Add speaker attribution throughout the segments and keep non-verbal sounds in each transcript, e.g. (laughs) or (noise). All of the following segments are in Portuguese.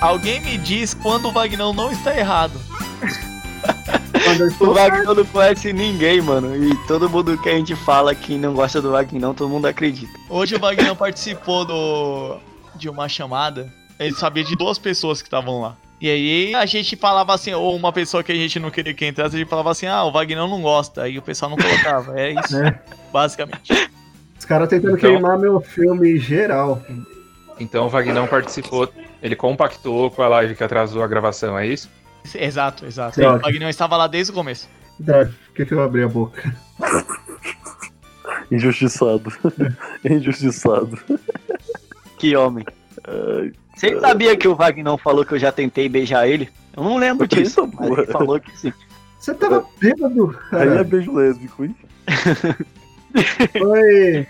Speaker 1: Alguém me diz quando o Vagnão não está errado.
Speaker 2: Quando eu
Speaker 3: O
Speaker 2: estou
Speaker 3: Vagnão não conhece ninguém, mano. E todo mundo que a gente fala que não gosta do Vagnão, todo mundo acredita.
Speaker 1: Hoje o Vagnão participou do de uma chamada. Ele sabia de duas pessoas que estavam lá. E aí a gente falava assim, ou uma pessoa que a gente não queria que entrasse, a gente falava assim, ah, o Vagnão não gosta. Aí o pessoal não colocava. É isso,
Speaker 2: É.
Speaker 1: basicamente.
Speaker 2: Os caras tentando
Speaker 4: Então.
Speaker 2: queimar meu filme geral.
Speaker 4: Então o Vagnão participou, ele compactou com a live que atrasou a gravação, é isso?
Speaker 1: Exato, exato.
Speaker 2: Droga.
Speaker 1: O Vagnão estava lá desde o começo.
Speaker 3: É.
Speaker 2: Droga, por que, que eu abri a boca? (laughs)
Speaker 5: Injustiçado. Injustiçado.
Speaker 3: Que homem. Você sabia que o Vagnão falou que eu já tentei beijar ele? Eu não lembro disso,
Speaker 5: Eita,
Speaker 3: mas ele
Speaker 5: porra.
Speaker 3: falou que sim.
Speaker 2: Você tava bêbado,
Speaker 5: Aí é
Speaker 2: cara.
Speaker 5: beijo lésbico, hein?
Speaker 2: Foi.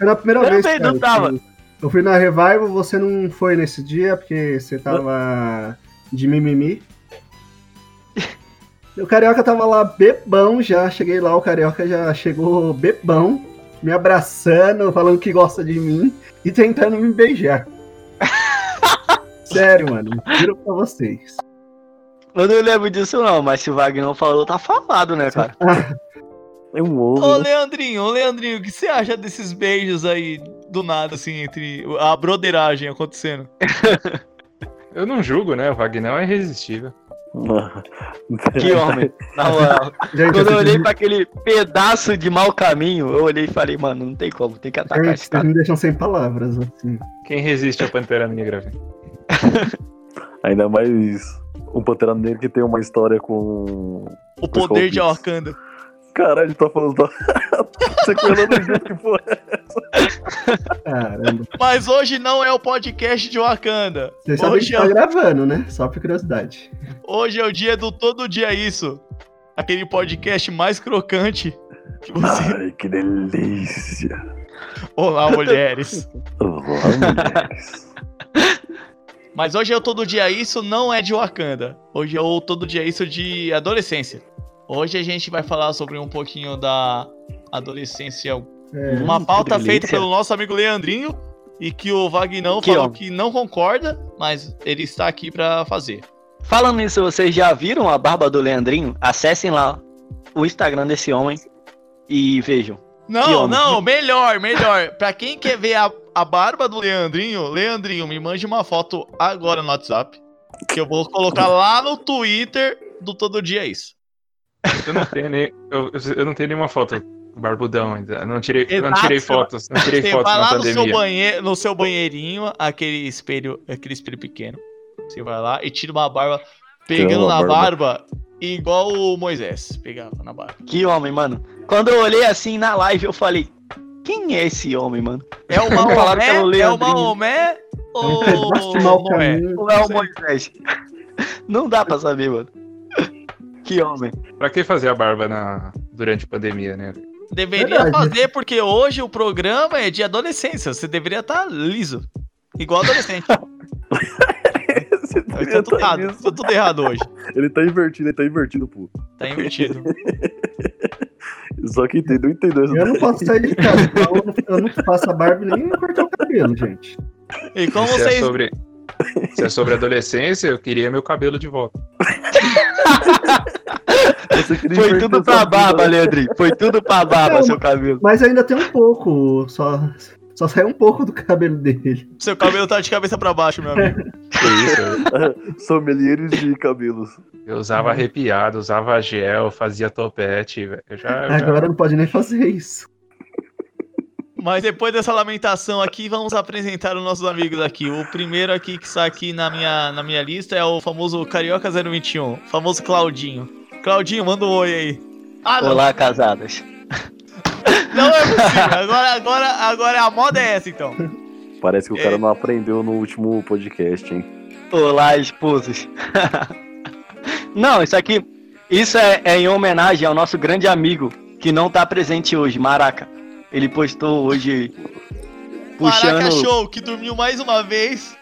Speaker 2: Era a primeira
Speaker 3: Eu
Speaker 2: vez.
Speaker 3: também não
Speaker 2: cara,
Speaker 3: tava.
Speaker 2: que Eu fui na Revival, você não foi nesse dia porque você tava de mimimi. O Carioca tava lá bebão já. Cheguei lá, o Carioca já chegou bebão, me abraçando, falando que gosta de mim e tentando me
Speaker 3: (laughs)
Speaker 2: beijar. Sério, mano. Juro pra vocês.
Speaker 3: Eu não lembro disso, não, mas se o Vagnão falou, tá falado, né, cara?
Speaker 5: É um
Speaker 1: Ô,
Speaker 5: homem. né?
Speaker 1: Leandrinho, ô, Leandrinho, o que você acha desses beijos aí do nada, assim, entre a broderagem acontecendo?
Speaker 4: Eu não julgo, né? O Vagnão é irresistível.
Speaker 5: Ah. (laughs)
Speaker 3: Que homem,
Speaker 1: (laughs)
Speaker 3: na moral.
Speaker 2: Gente,
Speaker 3: Quando eu
Speaker 2: vocês
Speaker 3: olhei
Speaker 2: me-
Speaker 3: pra aquele pedaço de mau caminho, eu olhei e falei, mano, não tem como, tem que atacar
Speaker 2: gente,
Speaker 3: esse tá-
Speaker 2: vocês
Speaker 3: cara.
Speaker 2: me deixam sem palavras, assim.
Speaker 4: Quem resiste ao Pantera Negra? velho?
Speaker 5: Ainda mais um Pantera Negra que tem uma história com.
Speaker 1: O poder de
Speaker 5: Beats.
Speaker 1: Wakanda.
Speaker 5: Caralho, tá falando. da- (laughs) Você que eu não acredito que foi.
Speaker 2: Caramba.
Speaker 1: Mas hoje não é o podcast de Wakanda.
Speaker 2: Vocês sabem
Speaker 1: Hoje
Speaker 2: que
Speaker 1: é,
Speaker 2: tá gravando, né? Só por curiosidade.
Speaker 1: hoje é o dia do Todo Dia Isso. Aquele podcast mais crocante que você...
Speaker 5: Ai, que
Speaker 2: (laughs)
Speaker 5: delícia.
Speaker 3: Ah.
Speaker 1: Olá,
Speaker 3: (laughs)
Speaker 1: mulheres.
Speaker 5: Olá, mulheres.
Speaker 1: Mas hoje é o Todo Dia Isso não é de Wakanda. Hoje é o Todo Dia Isso de adolescência. Hoje a gente vai falar sobre um pouquinho da adolescência
Speaker 2: É,
Speaker 1: Uma
Speaker 3: Hum,
Speaker 1: pauta
Speaker 3: que
Speaker 1: feita
Speaker 3: delícia.
Speaker 1: pelo nosso amigo Leandrinho e que o Vagnão
Speaker 3: Que
Speaker 1: falou
Speaker 3: homem.
Speaker 1: que não concorda, mas ele está aqui pra fazer.
Speaker 3: Falando nisso, vocês já viram a barba do Leandrinho? Acessem lá o Instagram desse homem e vejam. Que
Speaker 1: Não,
Speaker 3: homem.
Speaker 1: não, melhor, melhor. Pra quem quer ver a, a barba do Leandrinho, Leandrinho, me mande uma foto agora no WhatsApp. Que eu vou colocar lá no Twitter do Todo Dia É Isso.
Speaker 4: Eu não tenho, nem, eu, eu não tenho nenhuma foto barbudão ainda. Não tirei, não
Speaker 1: Exato,
Speaker 4: tirei
Speaker 1: você
Speaker 4: fotos. Não tirei
Speaker 1: Você
Speaker 4: fotos
Speaker 1: vai
Speaker 4: na
Speaker 1: lá no seu,
Speaker 4: pandemia.
Speaker 1: banhe- no seu banheirinho, aquele espelho, aquele espelho pequeno. Você vai lá e tira uma barba pegando
Speaker 5: uma
Speaker 1: na
Speaker 5: barba.
Speaker 1: barba, igual o Moisés pegava na barba.
Speaker 3: Que homem, mano. Quando eu olhei assim na live, eu falei, quem é esse homem, mano?
Speaker 1: É o
Speaker 3: Falaram que era o
Speaker 1: Maomé? É o
Speaker 3: Leandrinho.
Speaker 1: Maomé?
Speaker 2: é
Speaker 1: Ou
Speaker 2: um pedaço de mau
Speaker 1: não é?
Speaker 2: caminho.
Speaker 3: Não é o Moisés. (laughs) Não dá pra saber, mano. Que homem.
Speaker 4: Pra que fazer a barba na, durante a pandemia, né?
Speaker 1: Deveria
Speaker 2: Verdade.
Speaker 1: fazer, porque hoje o programa é de adolescência. Você deveria estar liso. Igual adolescente.
Speaker 5: Esse
Speaker 1: Mas tá tudo
Speaker 5: tá
Speaker 1: errado.
Speaker 5: nisso.
Speaker 1: Tá tudo errado hoje.
Speaker 5: Ele tá invertido, ele tá invertido, pô.
Speaker 1: Tá invertido.
Speaker 5: Só que entendeu, entendeu.
Speaker 2: Eu não posso sair de casa, então eu não- eu não faço a barba e nem cortar o cabelo, gente.
Speaker 1: E como
Speaker 4: se, é
Speaker 1: Então vocês.
Speaker 4: sobre, se é sobre adolescência, eu queria meu cabelo de volta.
Speaker 5: (laughs) Você queria
Speaker 3: Foi
Speaker 5: inverter
Speaker 3: tudo
Speaker 5: essa
Speaker 3: pra
Speaker 5: vida,
Speaker 3: barba,
Speaker 5: né?
Speaker 3: Leandrinho. Foi tudo pra barba,
Speaker 2: Não,
Speaker 4: é
Speaker 3: seu cabelo.
Speaker 2: Mas ainda tem um pouco, só, só sai um pouco do cabelo dele.
Speaker 1: Seu cabelo tá de cabeça pra baixo, meu amigo.
Speaker 4: Que isso? eu-
Speaker 5: né? Sommeliers de cabelos.
Speaker 4: Eu usava arrepiado, usava gel, fazia topete, velho. Eu já,
Speaker 3: É
Speaker 4: eu já-
Speaker 2: Agora não pode nem fazer isso.
Speaker 1: Mas depois dessa lamentação aqui, vamos apresentar os nossos amigos aqui. O primeiro aqui que está aqui na minha, na minha lista é o famoso Carioca 021, famoso Claudinho. Claudinho, manda um oi aí. Ah, não,
Speaker 3: Olá, casadas.
Speaker 1: não é possível. Agora, agora, agora a moda é essa, então.
Speaker 5: Parece que o cara
Speaker 1: É.
Speaker 5: não aprendeu no último podcast, hein?
Speaker 3: Olá, esposos. (laughs) não, isso aqui. Isso é, é em homenagem ao nosso grande amigo que não tá presente hoje, Maraca. Ele postou hoje.
Speaker 1: Maraca
Speaker 3: Puxando.
Speaker 1: Show, que dormiu mais uma vez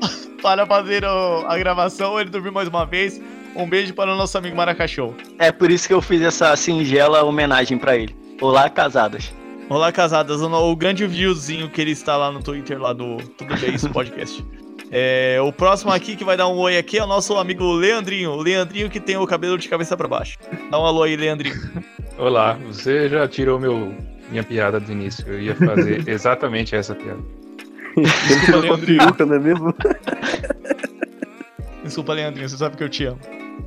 Speaker 1: (laughs) para fazer o- a gravação. Ele dormiu mais uma vez. Um beijo para o nosso amigo Maraca Show.
Speaker 3: É por isso que eu fiz essa singela homenagem pra ele. Olá, casadas.
Speaker 1: (laughs) Olá, casadas. O, o grande viewzinho que ele está lá no Twitter, lá do Tudo Bem Isso Podcast. É, o próximo aqui que vai dar um oi aqui é o nosso amigo Leandrinho. O Leandrinho que tem o cabelo de cabeça pra baixo. Dá um alô aí, Leandrinho.
Speaker 4: Olá, você já tirou meu, minha piada do início. Eu ia
Speaker 3: (laughs)
Speaker 4: fazer exatamente essa piada.
Speaker 5: Ele tirou sua peruca, não é mesmo?
Speaker 1: Desculpa, Leandrinho, você sabe que eu te amo.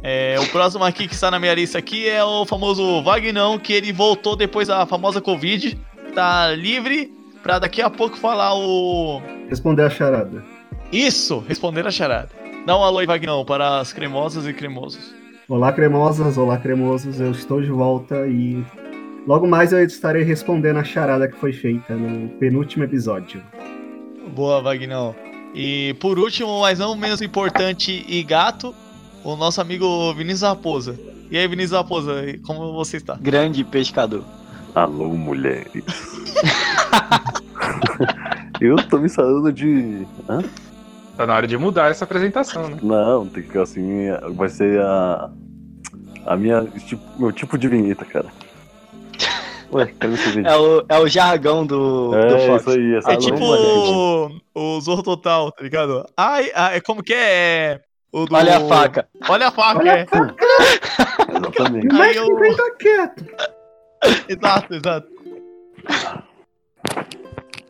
Speaker 1: É, o próximo aqui que está na minha lista aqui é o famoso Vagnão, que ele voltou depois da famosa Covid. Tá livre pra daqui a pouco falar o...
Speaker 2: Responder a charada.
Speaker 1: Isso! Responder a charada. Dá um alô aí, Vagnão, para as cremosas e cremosos.
Speaker 2: Olá, cremosas, olá, cremosos. Eu estou de volta e logo mais eu estarei respondendo a charada que foi feita no penúltimo episódio.
Speaker 1: Boa, Vagnão. E por último, mas não menos importante e gato, o nosso amigo Vinícius Raposa. E aí, Vinícius Raposa, e como você está?
Speaker 3: Grande pescador.
Speaker 5: Alô, mulheres. (laughs) Eu tô me saindo de. Hã?
Speaker 4: Tá na hora de mudar essa apresentação, né?
Speaker 5: Não, tem que assim. Vai ser a. A minha. tipo- meu tipo de vinheta, cara. Ué, cadê esse vídeo?
Speaker 3: É o, é o jargão do, do
Speaker 5: É,
Speaker 3: Fox.
Speaker 5: isso aí, essa
Speaker 1: É
Speaker 5: alô,
Speaker 1: tipo
Speaker 5: mulheres.
Speaker 1: o, o Zorro Total, tá ligado? Ai, ai, como que é? É o do-
Speaker 3: Olha a faca.
Speaker 1: Olha a faca,
Speaker 2: Olha
Speaker 1: é.
Speaker 5: Exatamente.
Speaker 2: Mas
Speaker 1: Aí eu-
Speaker 2: ninguém tá quieto.
Speaker 1: Exato, exato.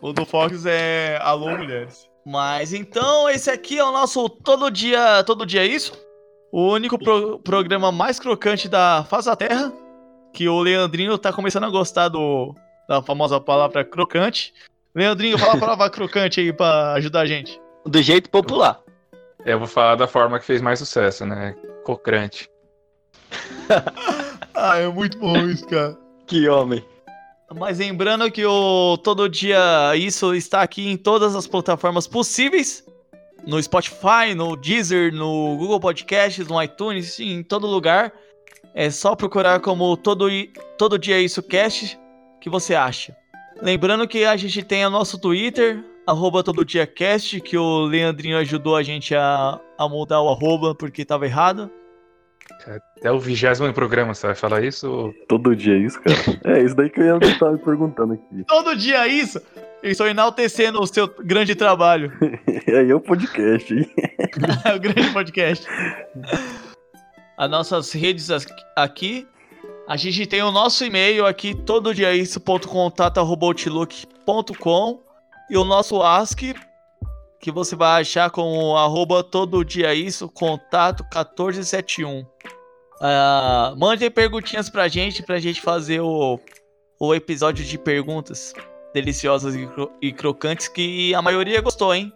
Speaker 1: O do Fox é Alô Mulheres. Mas então, esse aqui é o nosso Todo Dia. Todo Dia é Isso? O único pro- programa mais crocante da Faz da Terra. Que o Leandrinho tá começando a gostar do, da famosa palavra crocante. Leandrinho, fala a palavra crocante aí pra ajudar a gente.
Speaker 3: Do jeito popular.
Speaker 4: Eu vou falar da forma que fez mais sucesso, né? Cocrante.
Speaker 1: Ah, é muito bom isso, cara.
Speaker 3: Que homem.
Speaker 1: Mas lembrando que o Todo Dia Isso está aqui em todas as plataformas possíveis. No Spotify, no Deezer, no Google Podcasts, no iTunes, sim, em todo lugar. É só procurar como Todo, I- todo Dia Isso Cast que você acha. Lembrando que a gente tem o nosso Twitter, arroba Todo Dia Cast, que o Leandrinho ajudou a gente a, a mudar o arroba porque estava errado.
Speaker 4: Até É o vigésimo programa, você vai falar isso?
Speaker 5: Todo dia é isso, cara. É isso daí que eu ia estar me perguntando aqui.
Speaker 1: Todo dia isso! Eu estou enaltecendo o seu grande trabalho.
Speaker 5: E aí é o podcast, hein?
Speaker 1: É (laughs) o grande podcast. As nossas redes as- aqui. A gente tem o nosso e-mail aqui, todo dia isso.contato.outlook.com e o nosso ASCII, que você vai achar com arroba todo dia isso, contato 1471. Ah, mandem perguntinhas pra gente, pra gente fazer o, o episódio de perguntas deliciosas e, cro- e crocantes que a maioria gostou, hein?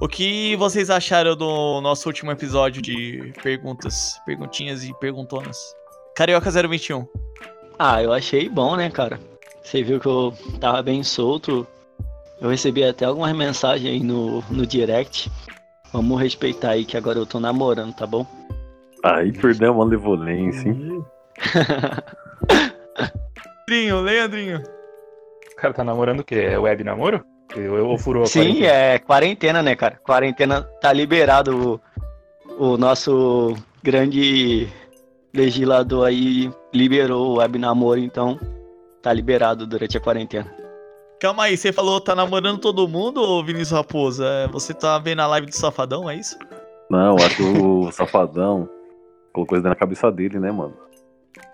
Speaker 1: O que vocês acharam do nosso último episódio de perguntas, perguntinhas e perguntonas? Carioca 021.
Speaker 3: Ah, eu achei bom, né, cara? Você viu que eu tava bem solto. Eu recebi até algumas mensagens aí no, no direct. Vamos respeitar aí que agora eu tô namorando, tá bom?
Speaker 5: Aí perdeu uma levolência, hein?
Speaker 1: Leandrinho, Leandrinho.
Speaker 4: O cara tá namorando o quê? É web namoro? Eu, eu ou furou a
Speaker 3: Sim,
Speaker 4: quarentena?
Speaker 3: é quarentena, né, cara? Quarentena tá liberado o, o nosso grande legislador aí liberou o web namoro, então tá liberado durante a quarentena.
Speaker 1: Calma aí, você falou tá namorando todo mundo, ô Vinícius Raposa? É, Você tá vendo a live do Safadão, é isso?
Speaker 5: Não, acho que o safadão colocou isso daí na cabeça dele, né, mano?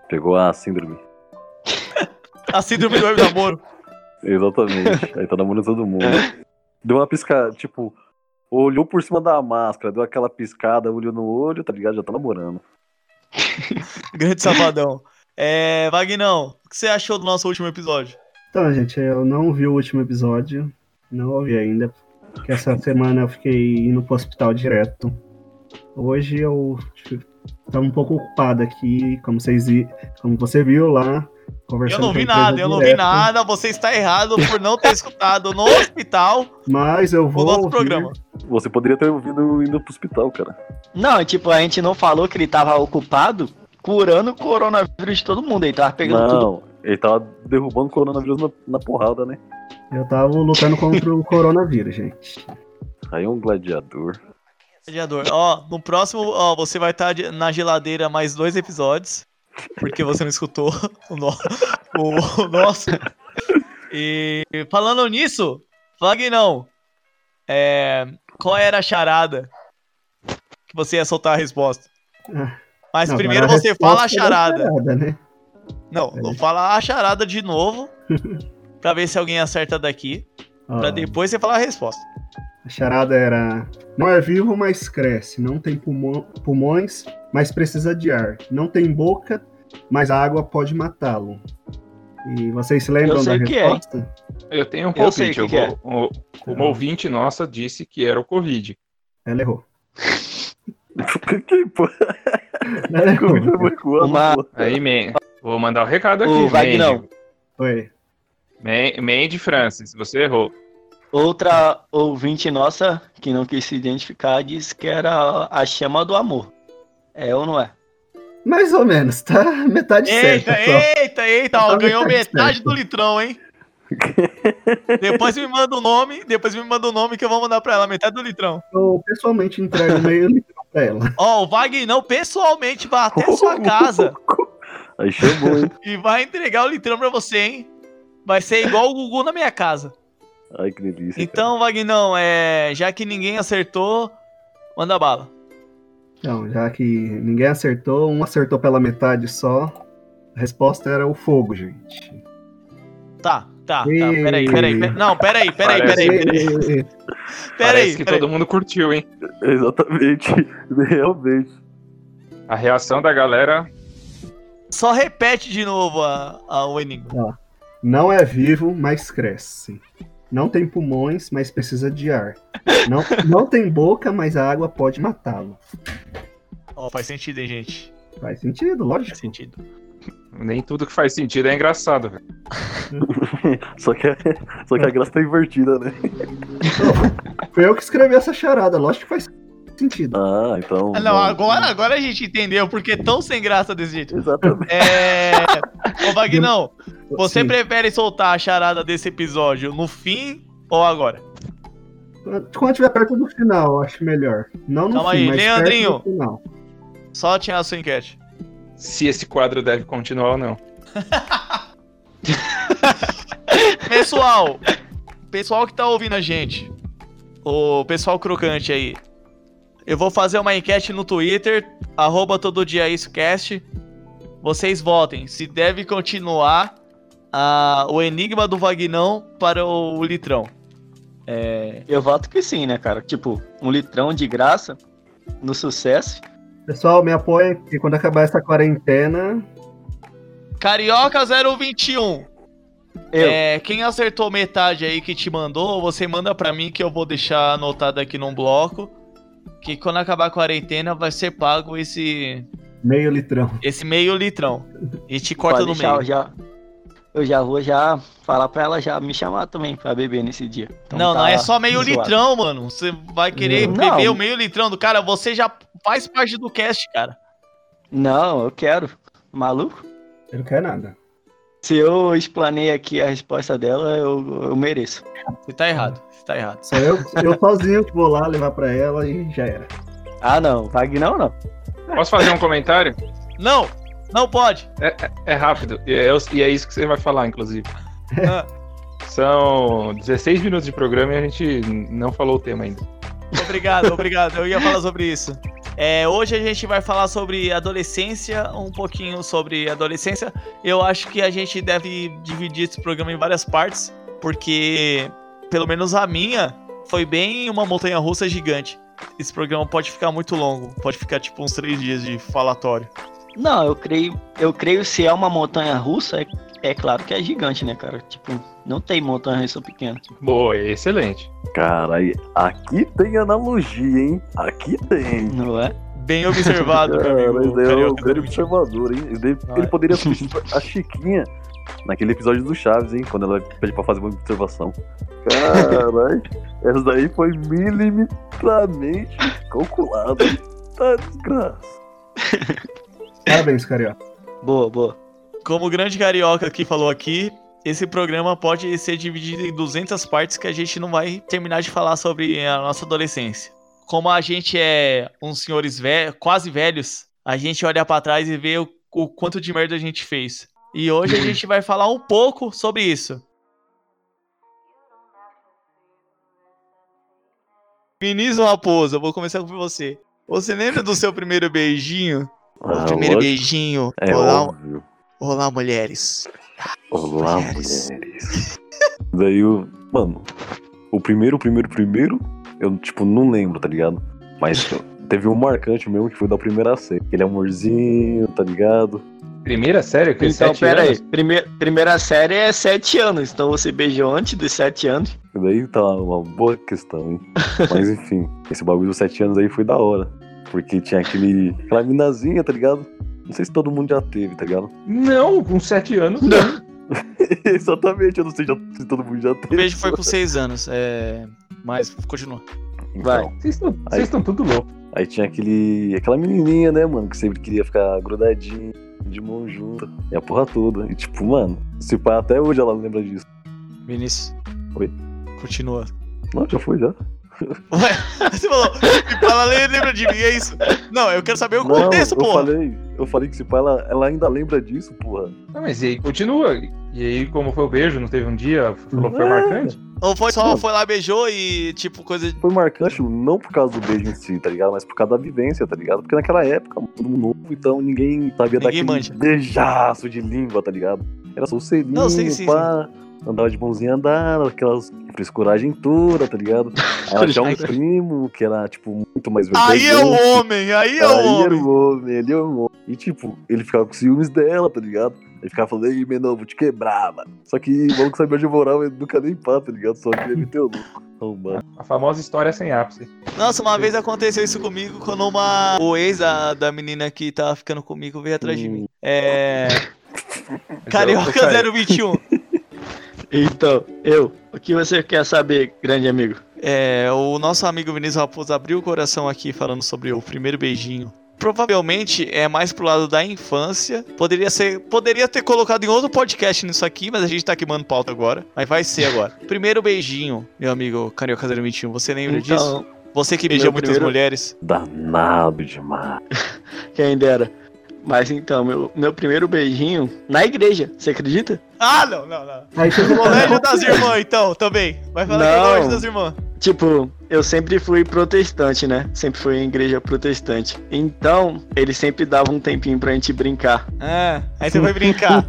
Speaker 5: Pegou a síndrome.
Speaker 1: A síndrome do web namoro.
Speaker 5: Exatamente. Aí tá namorando todo mundo. Deu uma piscada, tipo, olhou por cima da máscara, deu aquela piscada, olhou no olho, tá ligado? Já tá namorando.
Speaker 1: (laughs) Grande Safadão. É, Vagnão, o que você achou do nosso último episódio?
Speaker 2: Então, gente, eu não vi o último episódio. Não ouvi ainda. Porque essa semana eu fiquei indo pro hospital direto. Hoje eu tive- tava um pouco ocupado aqui, como vocês vi- como você viu lá,
Speaker 1: Eu
Speaker 2: conversando
Speaker 1: não
Speaker 2: com a
Speaker 1: vi
Speaker 2: empresa
Speaker 1: nada, eu não vi
Speaker 2: direto.
Speaker 1: nada. Você está errado por não ter escutado no hospital
Speaker 2: Mas eu
Speaker 1: o
Speaker 2: vou
Speaker 1: nosso
Speaker 2: ouvir.
Speaker 1: programa.
Speaker 5: Você poderia ter ouvido indo pro hospital, cara.
Speaker 3: Não, tipo, a gente não falou que ele tava ocupado curando o coronavírus de todo mundo, ele tava pegando tudo.
Speaker 5: Não, ele tava derrubando o coronavírus na, na porrada, né?
Speaker 2: Eu tava lutando contra o coronavírus, gente.
Speaker 5: Aí é um gladiador. (laughs)
Speaker 1: Gladiador. Ó, no próximo, ó, você vai estar na geladeira mais dois episódios. Porque você não escutou (laughs) o, no- o- o nosso. E falando nisso, Vagnão, é, qual era a charada que você ia soltar a resposta.
Speaker 2: Ah.
Speaker 1: Mas
Speaker 2: Não,
Speaker 1: primeiro
Speaker 2: agora
Speaker 1: você fala a
Speaker 2: resposta da
Speaker 1: charada.
Speaker 2: charada, né?
Speaker 1: Não, eu fala a charada de novo. pra ver se alguém acerta daqui.
Speaker 2: Ó,
Speaker 1: Pra depois você falar a resposta.
Speaker 2: A charada era: não é vivo, mas cresce. Não tem pulmo- pulmões, mas precisa de ar. Não tem boca, mas a água pode matá-lo. E vocês se lembram
Speaker 3: Eu sei
Speaker 2: da
Speaker 3: o que é, hein?
Speaker 2: resposta?
Speaker 4: Eu tenho um
Speaker 3: Eu sei
Speaker 4: palpite.
Speaker 3: o que é.
Speaker 4: eu vou- o- Uma ouvinte nossa disse que era o Covid.
Speaker 2: Ela errou.
Speaker 5: que porra?
Speaker 2: Ela
Speaker 5: Covid
Speaker 2: errou.
Speaker 5: vai voando,
Speaker 3: Uma-
Speaker 5: pô.
Speaker 4: Aí, Man, vou mandar o recado aqui.
Speaker 3: O Vagnão.
Speaker 4: Mandy.
Speaker 2: Foi.
Speaker 4: Man, Mandy Francis, você errou.
Speaker 3: Outra ouvinte nossa, que não quis se identificar, disse que era a chama do amor. É ou não é?
Speaker 2: Mais ou menos, tá? Metade certa
Speaker 1: Eita,
Speaker 2: só.
Speaker 1: eita, eita, ó,
Speaker 2: Só
Speaker 1: ganhou
Speaker 2: metade
Speaker 1: metade
Speaker 2: certa.
Speaker 1: do litrão,
Speaker 4: (laughs)
Speaker 1: hein? depois me manda o nome, depois me manda o nome que eu vou mandar pra ela, metade do litrão.
Speaker 2: Eu pessoalmente entrego meio litrão pra ela.
Speaker 1: Ó, o Vagnão pessoalmente vai até é
Speaker 4: (laughs)
Speaker 1: sua casa
Speaker 5: (laughs) Aí chamou, hein?
Speaker 1: e vai entregar o litrão pra você, hein? Vai ser igual o Gugu na minha casa.
Speaker 5: Ai, que delícia.
Speaker 1: Então, Vagnão, é, já que ninguém acertou, manda bala.
Speaker 2: Então, já que ninguém acertou, um acertou pela metade só. A resposta era o fogo, gente.
Speaker 1: Tá, tá, tá, peraí, peraí, peraí. Não, peraí, peraí, peraí,
Speaker 4: Parece-
Speaker 1: peraí. Peraí,
Speaker 2: E-
Speaker 4: Parece que
Speaker 1: peraí.
Speaker 4: todo mundo curtiu, hein?
Speaker 5: cara. (laughs) Exatamente. Realmente.
Speaker 4: A reação da galera.
Speaker 1: Só repete de novo a, a, o enigma.
Speaker 2: Não é vivo, mas cresce. Não tem pulmões, mas precisa de ar. Não, não tem boca, mas a água pode matá-lo.
Speaker 1: Ó, faz sentido, hein, gente?
Speaker 2: Faz sentido,
Speaker 1: Faz
Speaker 2: lógico.
Speaker 1: sentido.
Speaker 4: Nem tudo que faz sentido é engraçado, velho.
Speaker 5: Só que, a, (laughs) só que a graça tá invertida, né?
Speaker 2: Foi eu que escrevi essa charada, lógico que faz sentido.
Speaker 5: Ah, então.
Speaker 1: Ah, não, agora, agora a gente entendeu porque é tão sem graça desse jeito.
Speaker 5: Exatamente.
Speaker 1: É. Ô, Vagnão, você
Speaker 2: Sim.
Speaker 1: prefere soltar a charada desse episódio no fim ou agora?
Speaker 2: Quando estiver perto do final, eu acho melhor. Não no
Speaker 1: Calma
Speaker 2: fim,
Speaker 1: aí,
Speaker 2: mas
Speaker 1: Leandrinho.
Speaker 2: perto do final.
Speaker 1: Só tinha a sua enquete.
Speaker 4: Se esse quadro deve continuar ou não.
Speaker 1: Pessoal, pessoal que tá ouvindo a gente, o pessoal crocante aí, eu vou fazer uma enquete no Twitter, arroba todo dia isso cast. Vocês votem se deve continuar a- o enigma do Vagnão para o, Litrão.
Speaker 3: Eu voto que sim, né, cara? Tipo, um litrão de graça no sucesso.
Speaker 2: Pessoal, me apoia porque quando acabar essa quarentena,
Speaker 1: Carioca 021.
Speaker 3: Eu.
Speaker 1: É, quem acertou metade aí que te mandou, você manda pra mim que eu vou deixar anotado aqui num bloco. Que quando acabar a quarentena vai ser pago esse
Speaker 2: meio litrão.
Speaker 1: Esse meio litrão. E te corta
Speaker 3: Pode
Speaker 1: no
Speaker 3: deixar,
Speaker 1: meio.
Speaker 3: Eu já, eu já vou já falar pra ela já me chamar também pra beber nesse dia. Então
Speaker 1: não,
Speaker 3: tá
Speaker 1: não é só meio
Speaker 3: zoado.
Speaker 1: litrão, mano. Você vai querer
Speaker 3: Não.
Speaker 1: beber
Speaker 3: Não.
Speaker 1: o meio litrão do cara, você já faz parte do cast, cara.
Speaker 3: Não, eu quero. Maluco?
Speaker 2: Ele não quer nada.
Speaker 3: Se eu explanei aqui a resposta dela, eu, eu mereço.
Speaker 1: Você tá errado, você tá errado.
Speaker 2: Só eu, eu sozinho que vou lá levar pra ela e já era.
Speaker 3: Ah, não. Vagnão, não.
Speaker 4: Posso fazer um comentário?
Speaker 1: Não, não pode.
Speaker 4: É rápido. E é, e é isso que você vai falar, inclusive.
Speaker 1: Ah.
Speaker 4: São 16 minutos de programa e a gente não falou o tema ainda.
Speaker 1: Obrigado, obrigado. Eu ia falar sobre isso. É, hoje a gente vai falar sobre adolescência, um pouquinho sobre adolescência. Eu acho que a gente deve dividir esse programa em várias partes, porque pelo menos a minha foi bem uma montanha russa gigante. Esse programa pode ficar muito longo, pode ficar tipo uns três dias de falatório.
Speaker 3: Não, eu creio, eu creio se é uma montanha russa, é, é claro que é gigante, né, cara? Tipo, não tem montanha russa pequena.
Speaker 4: Boa, excelente.
Speaker 5: Cara, aí- aqui tem analogia, hein? Aqui tem.
Speaker 3: Não é?
Speaker 1: Bem observado, meu
Speaker 5: Cara,
Speaker 1: amigo.
Speaker 5: mas (laughs) é um
Speaker 1: Carioca
Speaker 5: grande
Speaker 1: 021.
Speaker 5: observador, hein? Ele,
Speaker 1: (laughs)
Speaker 5: ele poderia assistir a Chiquinha naquele episódio do Chaves, hein? Quando ela pede pra fazer uma observação.
Speaker 1: (laughs)
Speaker 5: Caralho, essa daí foi milimetramente calculada. Tá desgraça.
Speaker 2: Parabéns, Carioca.
Speaker 3: Boa, boa.
Speaker 1: Como o grande carioca que falou aqui, esse programa pode ser dividido em 200 partes que a gente não vai terminar de falar sobre a nossa adolescência. Como a gente é uns senhores ve- quase velhos, a gente olha pra trás e vê o, o quanto de merda a gente fez. E hoje a gente vai falar um pouco sobre isso. Vinícius Raposa, vou começar por você. Você lembra do seu primeiro beijinho? o primeiro
Speaker 5: Ah, lógico.
Speaker 1: beijinho. um-
Speaker 5: É
Speaker 1: olá,
Speaker 5: óbvio.
Speaker 1: olá, mulheres.
Speaker 5: Olá,
Speaker 1: mulheres.
Speaker 5: mulheres. Daí eu, mano, o primeiro, o primeiro, o primeiro, eu, tipo, não lembro, tá ligado? Mas teve um marcante mesmo que foi da primeira série. Aquele amorzinho, tá ligado?
Speaker 4: Primeira série? Com
Speaker 3: Então,
Speaker 4: então,
Speaker 3: pera
Speaker 4: anos?
Speaker 3: aí. Primeira, primeira série é 7 anos, então você beijou antes dos 7 anos.
Speaker 5: E daí tá uma boa questão, hein? Mas enfim, esse bagulho dos sete anos aí foi da hora. Porque tinha aquele, aquela minazinha, tá ligado? Não sei se todo mundo já teve, tá ligado? (laughs)
Speaker 4: Não, com sete anos.
Speaker 5: Exatamente, eu não sei já- se todo mundo já
Speaker 1: O
Speaker 5: teve.
Speaker 1: beijo foi com seis anos. É. Mas continua.
Speaker 5: Então,
Speaker 3: Vai.
Speaker 4: Vocês estão-
Speaker 5: Aí.
Speaker 4: vocês estão tudo louco.
Speaker 5: Aí tinha aquele, aquela menininha, né, mano, que sempre queria ficar grudadinha, de mão junta, e a porra toda. E tipo, mano, se pá, até hoje ela não lembra disso.
Speaker 1: Vinícius.
Speaker 5: Oi.
Speaker 1: Continua.
Speaker 5: Não, já foi, já.
Speaker 1: Ué, (laughs) você falou, me fala, lembra de mim, é isso? Não, eu quero saber o
Speaker 5: não,
Speaker 1: contexto,
Speaker 5: eu
Speaker 1: porra.
Speaker 5: falei, eu falei que se pá, ela, ela ainda lembra disso, porra.
Speaker 4: Não, mas e aí continua. E aí, como foi o beijo? Não teve um dia? Falou que foi
Speaker 5: É.
Speaker 4: marcante?
Speaker 1: Ou foi só, foi lá, beijou e, tipo, coisa de.
Speaker 5: Foi marcante, não por causa do beijo em si, tá ligado? Mas por causa da vivência, tá ligado? Porque naquela época, mano, todo mundo novo, então ninguém sabia
Speaker 1: Ninguém
Speaker 5: daquele
Speaker 1: manja.
Speaker 5: beijaço de língua, tá ligado? Era só o selinho,
Speaker 1: Não, sim, sim,
Speaker 5: pá, andava de mãozinha andada, aquelas frescuragem toda, tá ligado? Aí ela tinha um primo que era, tipo, muito mais velho.
Speaker 1: Aí é o
Speaker 5: um- Aí
Speaker 1: homem, aí é
Speaker 5: era
Speaker 1: o homem.
Speaker 5: o homem, ele é o homem. E, tipo, ele ficava com ciúmes dela, tá ligado? Ele ficava falando, ei, menor, vou te quebrar, mano. Só que o maluco sabia de moral, ele nunca nem pá, tá ligado? Só queria meter o louco. Então, Arrombado.
Speaker 4: A famosa história sem ápice.
Speaker 1: Nossa, uma vez aconteceu isso comigo quando uma. O ex da, da menina que tava ficando comigo veio atrás de
Speaker 5: Hum.
Speaker 1: mim. É.
Speaker 4: Mas eu- eu
Speaker 1: Carioca
Speaker 4: saí.
Speaker 1: 021.
Speaker 3: Então, eu, o que você quer saber, grande amigo?
Speaker 1: É, o nosso amigo Vinícius Raposo abriu o coração aqui falando sobre o primeiro beijinho. Provavelmente é mais pro lado da infância. Poderia ser, poderia ter colocado em outro podcast nisso aqui, mas a gente tá queimando pauta agora. Mas vai ser
Speaker 3: (laughs)
Speaker 1: agora. Primeiro beijinho, meu amigo Carioca 021. Você lembra disso?
Speaker 3: Então,
Speaker 1: Você que beijou
Speaker 3: meu
Speaker 1: muitas
Speaker 3: primeiro-
Speaker 1: mulheres.
Speaker 5: Danado demais.
Speaker 3: quem dera. Mas então, meu, meu primeiro beijinho na igreja, você acredita?
Speaker 1: Ah, não, não, não.
Speaker 2: Aí você
Speaker 1: No colégio
Speaker 2: (laughs)
Speaker 1: das irmãs, então, também. Vai falar que é o
Speaker 3: Não.
Speaker 1: colégio das irmãs.
Speaker 3: Tipo, eu sempre fui protestante, né? Sempre fui em igreja protestante. Então, eles sempre davam um tempinho pra gente brincar.
Speaker 1: Ah, aí você foi
Speaker 3: (laughs)
Speaker 1: brincar.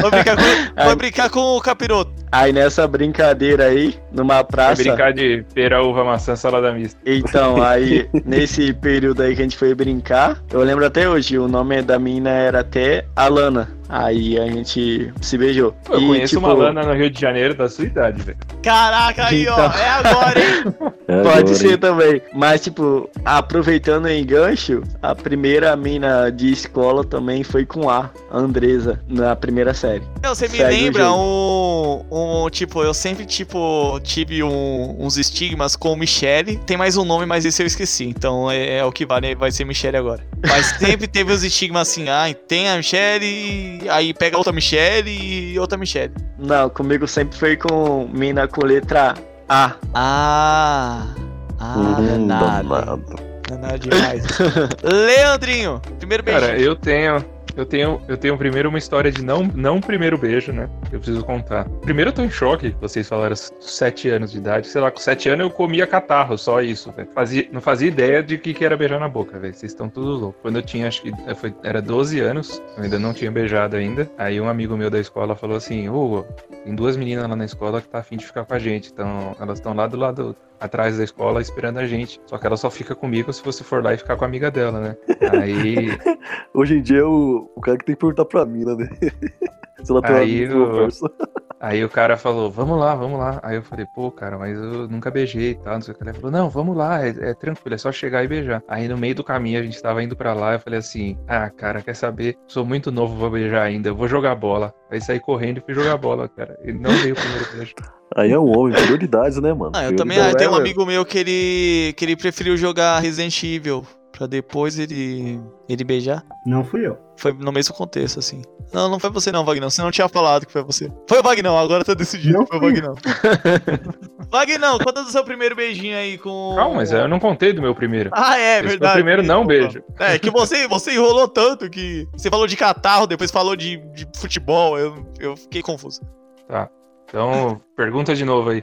Speaker 1: foi brincar com, foi
Speaker 3: Ai.
Speaker 1: brincar com o capiroto.
Speaker 3: Aí nessa brincadeira aí, numa
Speaker 4: Foi
Speaker 3: praça.
Speaker 4: brincar de pera, uva, maçã, salada mista.
Speaker 3: Então, aí,
Speaker 4: (laughs)
Speaker 3: nesse período aí que a gente foi brincar, eu lembro até hoje, o nome da mina era até Alana. Aí a gente se beijou.
Speaker 4: Pô, Eu
Speaker 3: E,
Speaker 4: conheço
Speaker 3: tipo,
Speaker 4: uma lana no Rio de Janeiro da sua idade, velho.
Speaker 1: Caraca, aí, ó.
Speaker 3: Então.
Speaker 1: É agora, hein?
Speaker 5: É
Speaker 3: Pode ser também. Mas, tipo, aproveitando o engancho, a primeira mina de escola também foi com a Andresa, na primeira série.
Speaker 1: Não, você me
Speaker 3: Segue o
Speaker 1: lembra
Speaker 3: jogo.
Speaker 1: um, um. Tipo, eu sempre, tipo, tive um- uns estigmas com Michelle. Tem mais um nome, mas esse eu esqueci. Então é, é o que vale, vai ser Michelle agora.
Speaker 3: (laughs)
Speaker 1: Mas sempre teve os estigmas assim, ah, tem a Michelle, aí pega outra Michelle e outra Michelle.
Speaker 3: Não, comigo sempre foi com mina com letra A.
Speaker 1: Ah. Ah,
Speaker 5: Hum,
Speaker 1: danado.
Speaker 5: danado.
Speaker 1: Danado
Speaker 3: (laughs)
Speaker 1: demais. Leandrinho, primeiro beijo.
Speaker 4: Cara, eu tenho. Eu tenho, eu tenho primeiro uma história de não, não primeiro beijo, né? Eu preciso contar. Primeiro eu tô em choque, vocês falaram s- sete anos de idade. Sei lá, com sete anos eu comia catarro, só isso, velho. Fazia- Não fazia ideia de o que, que era beijar na boca, velho. Vocês estão tudo louco. Quando eu tinha, acho que eh, foi- era 12 anos, eu ainda não tinha beijado ainda. Aí um amigo meu da escola falou assim, ô, tem duas meninas lá na escola que tá afim de ficar com a gente. Então, elas estão lá do lado, atrás da escola, esperando a gente. Só que ela só fica comigo se você for lá e ficar com a amiga dela, né? Aí...
Speaker 5: Hoje em dia o, o cara que tem que perguntar pra mina, né? (laughs) Se ela tem uma
Speaker 4: Aí
Speaker 5: mina,
Speaker 4: o-
Speaker 5: conversa.
Speaker 4: Aí o cara falou, vamos lá, vamos lá. Aí eu falei, pô, cara, mas eu nunca beijei e tal, não sei o que. Ele falou, não, vamos lá, é, é tranquilo, é só chegar e beijar. Aí no meio do caminho a gente tava indo pra lá, eu falei assim, ah, cara, quer saber? Sou muito novo, vou beijar ainda, eu vou jogar bola. Aí saí correndo e fui jogar bola, cara. E não dei o primeiro
Speaker 1: (laughs)
Speaker 4: beijo.
Speaker 5: Aí é um homem, prioridades, né, mano?
Speaker 1: Ah, eu também
Speaker 5: Prioridades.
Speaker 1: eu tenho um
Speaker 3: Ué, ué.
Speaker 1: amigo meu que ele, que ele preferiu jogar Resident Evil pra depois ele, ele beijar.
Speaker 2: Não fui eu.
Speaker 1: Foi no mesmo contexto, assim. Não, não foi você não, Vagnão. Você não tinha falado que foi você. Foi o Vagnão, agora tá decidido.
Speaker 2: Não
Speaker 1: foi o
Speaker 2: fui.
Speaker 1: Vagnão.
Speaker 4: (laughs)
Speaker 1: Vagnão, conta do seu primeiro beijinho aí com...
Speaker 4: Calma, mas é, eu não contei do meu primeiro.
Speaker 1: Ah, é
Speaker 4: Esse foi o
Speaker 1: verdade.
Speaker 4: primeiro não
Speaker 1: Desculpa.
Speaker 4: beijo.
Speaker 1: É, que você, você enrolou tanto que... Você falou de catarro, depois falou de, de futebol. Eu, eu fiquei confuso.
Speaker 4: Então, pergunta de novo aí.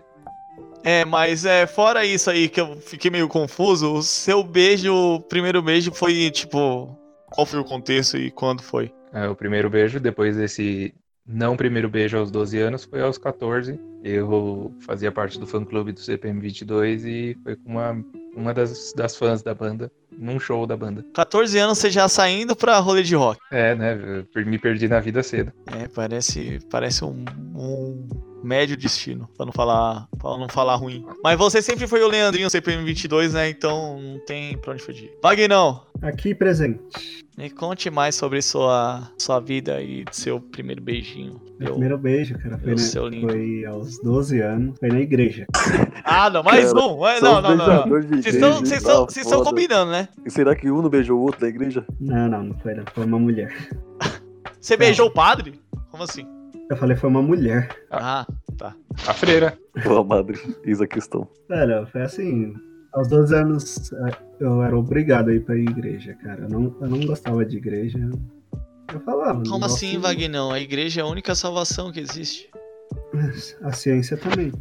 Speaker 1: É, mas é, fora isso aí que eu fiquei meio confuso, o seu beijo, o primeiro beijo foi tipo. Qual foi o contexto e quando foi?
Speaker 4: É, o primeiro beijo, depois desse não primeiro beijo aos 12 anos, foi aos 14. Eu fazia parte do fã-clube do CPM22 e foi com uma, uma das, das fãs da banda, num show da banda.
Speaker 1: 14 anos você já saindo pra rolê de rock.
Speaker 4: É, né? eu per- Me perdi na vida cedo.
Speaker 1: É, parece, parece um, um médio destino, pra não falar, pra não falar ruim. Mas você sempre foi o Leandrinho CPM22, né? Então não tem pra onde fugir. Vagnão,
Speaker 2: Aqui presente.
Speaker 1: me conte mais sobre sua, sua vida e seu primeiro beijinho.
Speaker 2: Meu
Speaker 1: Eu-
Speaker 2: primeiro beijo, cara, foi,
Speaker 1: eu
Speaker 2: na-
Speaker 1: seu lindo.
Speaker 2: foi aos 12 anos, foi na igreja.
Speaker 1: Ah, não, mais
Speaker 5: Cara,
Speaker 1: um! É,
Speaker 5: São
Speaker 1: não, não, não,
Speaker 5: os
Speaker 1: não.
Speaker 5: beijadores de
Speaker 1: Vocês
Speaker 5: igreja,
Speaker 1: estão- Vocês
Speaker 5: tá
Speaker 1: estão- vocês estão
Speaker 5: foda.
Speaker 1: combinando, né?
Speaker 5: E será que um não beijou o outro na igreja? (laughs)
Speaker 2: Não, não, não foi não, foi uma mulher.
Speaker 1: Você beijou o padre? Como assim?
Speaker 2: Eu falei, foi uma mulher.
Speaker 1: Ah, tá.
Speaker 4: A freira.
Speaker 5: Pô, madre, eis a questão.
Speaker 2: Cara, foi assim, aos 12 anos eh, eu era obrigado a ir pra igreja, cara. Eu não, eu não gostava de igreja, eu falava. não
Speaker 1: Como
Speaker 2: gosto
Speaker 1: assim,
Speaker 2: de-
Speaker 1: Vagnão? A igreja é a única salvação que existe.
Speaker 2: A ciência também.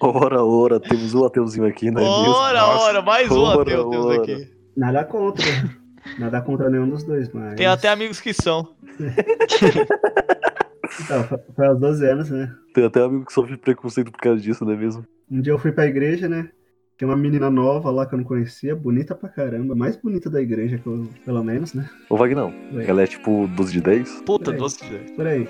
Speaker 5: Ora, ora, temos um ateuzinho aqui, né?
Speaker 1: Ora,
Speaker 4: Nossa.
Speaker 1: ora, mais um
Speaker 5: Ora,
Speaker 1: ateu temos
Speaker 5: ora.
Speaker 1: aqui.
Speaker 2: Nada
Speaker 1: (laughs)
Speaker 2: contra. Nada contra nenhum dos dois, mas.
Speaker 1: Tem até amigos que são.
Speaker 2: Então, foi- foi aos 12 anos, né?
Speaker 5: Tem até amigo que sofre preconceito por causa disso, não é mesmo?
Speaker 2: Um dia eu fui pra igreja, né? Tinha uma menina nova lá que eu não conhecia, bonita pra caramba, mais bonita da igreja, que eu- pelo menos, né?
Speaker 5: Ô, Vagnão,
Speaker 2: Oi.
Speaker 5: ela é tipo 12 de 10?
Speaker 1: Puta,
Speaker 2: Peraí.
Speaker 1: doce de
Speaker 2: Por aí.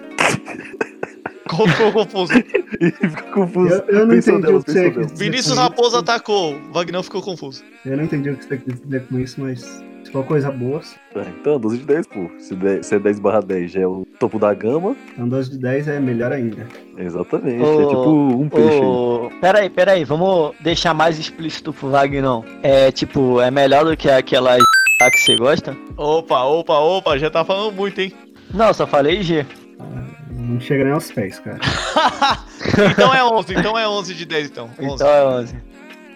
Speaker 1: Qual foi o confuso?
Speaker 5: (laughs) E fica confuso.
Speaker 2: Eu, eu não
Speaker 5: Pensou
Speaker 2: entendi
Speaker 5: dela,
Speaker 2: o que você
Speaker 5: pensou
Speaker 2: quis
Speaker 5: dela.
Speaker 2: dizer
Speaker 1: Vinícius
Speaker 2: com isso.
Speaker 1: Raposo atacou. Vagnão ficou confuso.
Speaker 2: Eu não entendi o que você quis dizer com isso, mas se for coisa boa,
Speaker 5: É, Então, 12 de 10, pô. Se, de- se é 10 barra 10 já é o topo da gama,
Speaker 2: um 12 de 10 é melhor ainda.
Speaker 5: exatamente.
Speaker 3: Ô,
Speaker 5: é tipo um peixe. aí.
Speaker 3: Ô, peraí, peraí, vamos deixar mais explícito pro Vagnão. É tipo, é melhor do que aquela lá que você gosta?
Speaker 1: Opa, opa, opa, já tá falando muito, hein?
Speaker 3: Não, só falei G.
Speaker 2: Não chega nem aos pés, cara.
Speaker 1: então é 11, então é 11 de 10, então. 11.
Speaker 3: Então é 11.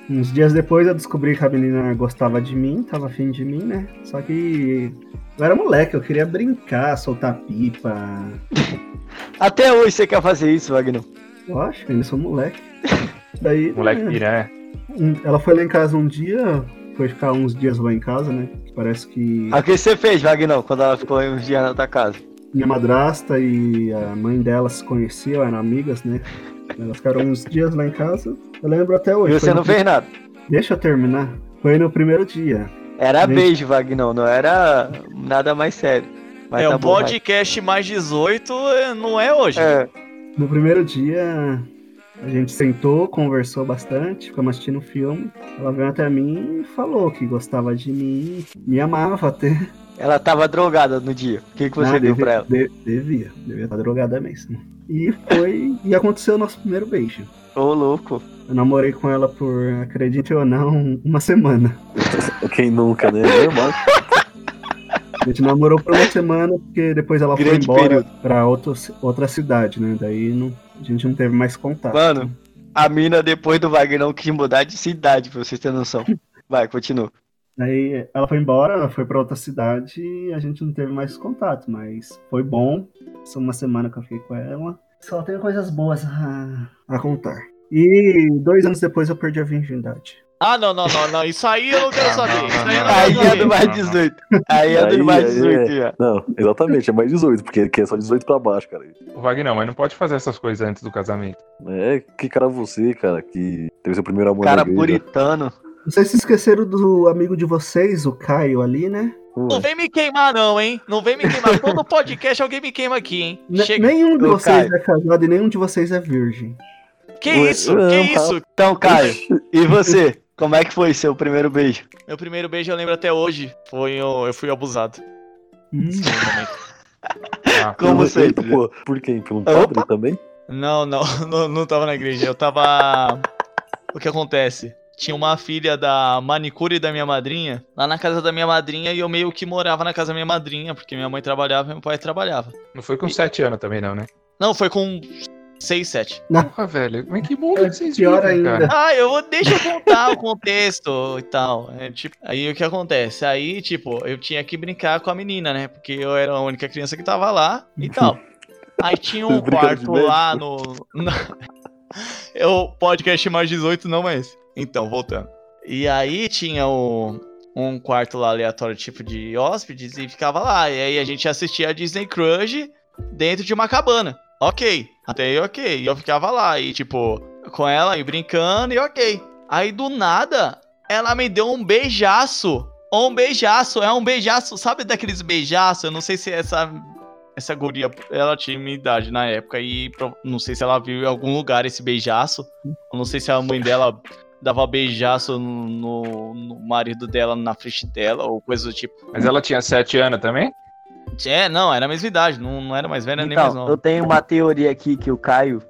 Speaker 2: Uns dias depois eu descobri que a menina gostava de mim, tava afim de mim, né? Só que eu era moleque, eu queria brincar, soltar pipa.
Speaker 3: Até hoje você quer fazer isso, Vagnão.
Speaker 2: Lógico, ainda sou moleque. Daí,
Speaker 4: (laughs) Moleque
Speaker 2: né,
Speaker 4: piranha.
Speaker 2: um- ela foi lá em casa um dia, foi ficar uns dias lá em casa, né? Parece que
Speaker 3: Ah, O que você fez, Vagnão, quando ela ficou uns dias na tua casa?
Speaker 2: minha madrasta e a mãe dela se conheciam, eram amigas, né? Elas ficaram uns dias lá em casa. Eu lembro até
Speaker 3: E
Speaker 2: hoje.
Speaker 3: você
Speaker 2: foi
Speaker 3: não
Speaker 2: no pri-
Speaker 3: fez nada.
Speaker 2: Deixa eu terminar. Foi no primeiro dia.
Speaker 3: Era
Speaker 2: Nem-
Speaker 3: beijo, Vagnão, não era nada mais sério. Mas
Speaker 1: é,
Speaker 3: tá
Speaker 1: o
Speaker 3: bom, vai.
Speaker 1: podcast mais 18 é- não é hoje.
Speaker 3: É,
Speaker 2: No primeiro dia, a gente sentou, conversou bastante, ficamos assistindo um filme. Ela veio até mim e falou que gostava de mim, me amava até.
Speaker 3: ela tava drogada no dia. O que, que você
Speaker 2: Ah,
Speaker 3: deu
Speaker 2: deve-
Speaker 3: pra ela?
Speaker 2: de- devia, devia estar drogada mesmo. E foi. e aconteceu o nosso primeiro beijo.
Speaker 3: Ô, louco.
Speaker 2: Eu namorei com ela por, acredite ou não, uma semana.
Speaker 5: Quem nunca, né? É normal.
Speaker 2: A gente namorou por uma semana, porque depois ela foi
Speaker 3: Grande
Speaker 2: embora
Speaker 3: período.
Speaker 2: pra outro, ci- outra cidade, né? Daí não- a gente não teve mais contato.
Speaker 3: Mano, a mina depois do Vagnão quis mudar de cidade, pra vocês terem noção. Vai, continua.
Speaker 2: Aí ela foi embora, ela foi pra outra cidade e a gente não teve mais contato, mas foi bom. Só uma semana que eu fiquei com ela. Só tenho coisas boas a, a contar. E dois anos depois eu perdi a virgindade.
Speaker 1: Ah, não, não, não, não. Isso aí eu não quero
Speaker 4: Não,
Speaker 1: saber.
Speaker 4: não,
Speaker 1: Isso
Speaker 4: não,
Speaker 1: aí eu não
Speaker 3: Aí
Speaker 1: quero
Speaker 3: é do
Speaker 1: saber.
Speaker 3: mais
Speaker 4: Não, não.
Speaker 3: 18. Aí é do
Speaker 5: Aí,
Speaker 3: mais
Speaker 5: aí,
Speaker 3: 18 já.
Speaker 5: Não, exatamente, é mais 18, porque aqui é só 18 pra baixo, cara.
Speaker 4: O Vagnão, mas não pode fazer essas coisas antes do casamento.
Speaker 5: É, que cara você, cara, que teve seu primeiro amor
Speaker 3: Cara
Speaker 5: na igreja.
Speaker 3: puritano.
Speaker 2: Vocês se esqueceram do amigo de vocês, o Caio ali, né?
Speaker 1: Não
Speaker 5: Ué,
Speaker 1: vem me queimar, não, hein? Não vem me queimar. Todo podcast alguém me queima aqui, hein?
Speaker 2: Ne-
Speaker 1: Chega.
Speaker 2: nenhum de
Speaker 3: Ô,
Speaker 2: vocês
Speaker 3: Caio.
Speaker 2: é casado e nenhum de vocês é virgem.
Speaker 1: Que
Speaker 5: Ué,
Speaker 1: isso?
Speaker 5: não,
Speaker 1: Que
Speaker 5: tá.
Speaker 1: isso?
Speaker 3: Então, Caio, e você? Como é que foi seu primeiro beijo?
Speaker 1: Meu primeiro beijo eu lembro até hoje. Foi o- eu fui abusado.
Speaker 2: Hum,
Speaker 1: Sim, no momento.
Speaker 4: Ah,
Speaker 3: Como
Speaker 5: eita,
Speaker 3: sempre.
Speaker 5: pô, por quem? Pelo um padre também?
Speaker 1: Não, (laughs) não, não, não tava na igreja. Eu tava. O que acontece? Tinha uma filha da manicure da minha madrinha lá na casa da minha madrinha e eu meio que morava na casa da minha madrinha, porque minha mãe trabalhava e meu pai trabalhava.
Speaker 4: Não foi com 7 anos também, não, né?
Speaker 1: Não, foi com 6, 7.
Speaker 4: Porra, velho. Mas que mundo
Speaker 2: É
Speaker 4: que vocês
Speaker 2: pior
Speaker 4: vivem,
Speaker 2: ainda.
Speaker 4: cara.
Speaker 1: Ah, eu vou, deixa eu contar o contexto e tal. É, tipo, aí o que acontece? Aí, tipo, eu tinha que brincar com a menina, né? Porque eu era a única criança que tava lá e tal. Aí tinha um
Speaker 5: Brincando de
Speaker 1: quarto
Speaker 5: médico.
Speaker 1: lá no. na- É o podcast mais 18, não é esse. Então, voltando. E aí tinha o, um quarto lá aleatório, tipo de hóspedes, e ficava lá. E aí a gente assistia a Disney Crush dentro de uma cabana. Ok. Até aí, ok. E eu ficava lá, e tipo, com ela e brincando, e ok. Aí do nada, ela me deu um beijaço. Um beijaço, é um beijaço, sabe daqueles beijaços? Eu não sei se é essa essa guria, ela tinha minha idade na época e pro- não sei se ela viu em algum lugar esse beijaço. Eu não sei se a mãe dela dava beijaço no, no- no marido dela na frente dela ou coisa do tipo.
Speaker 4: Mas ela tinha 7 anos também?
Speaker 1: É, não, era a mesma idade, não, não era mais velha nem mais
Speaker 3: Então,
Speaker 1: nova.
Speaker 3: eu tenho uma teoria aqui que o Caio,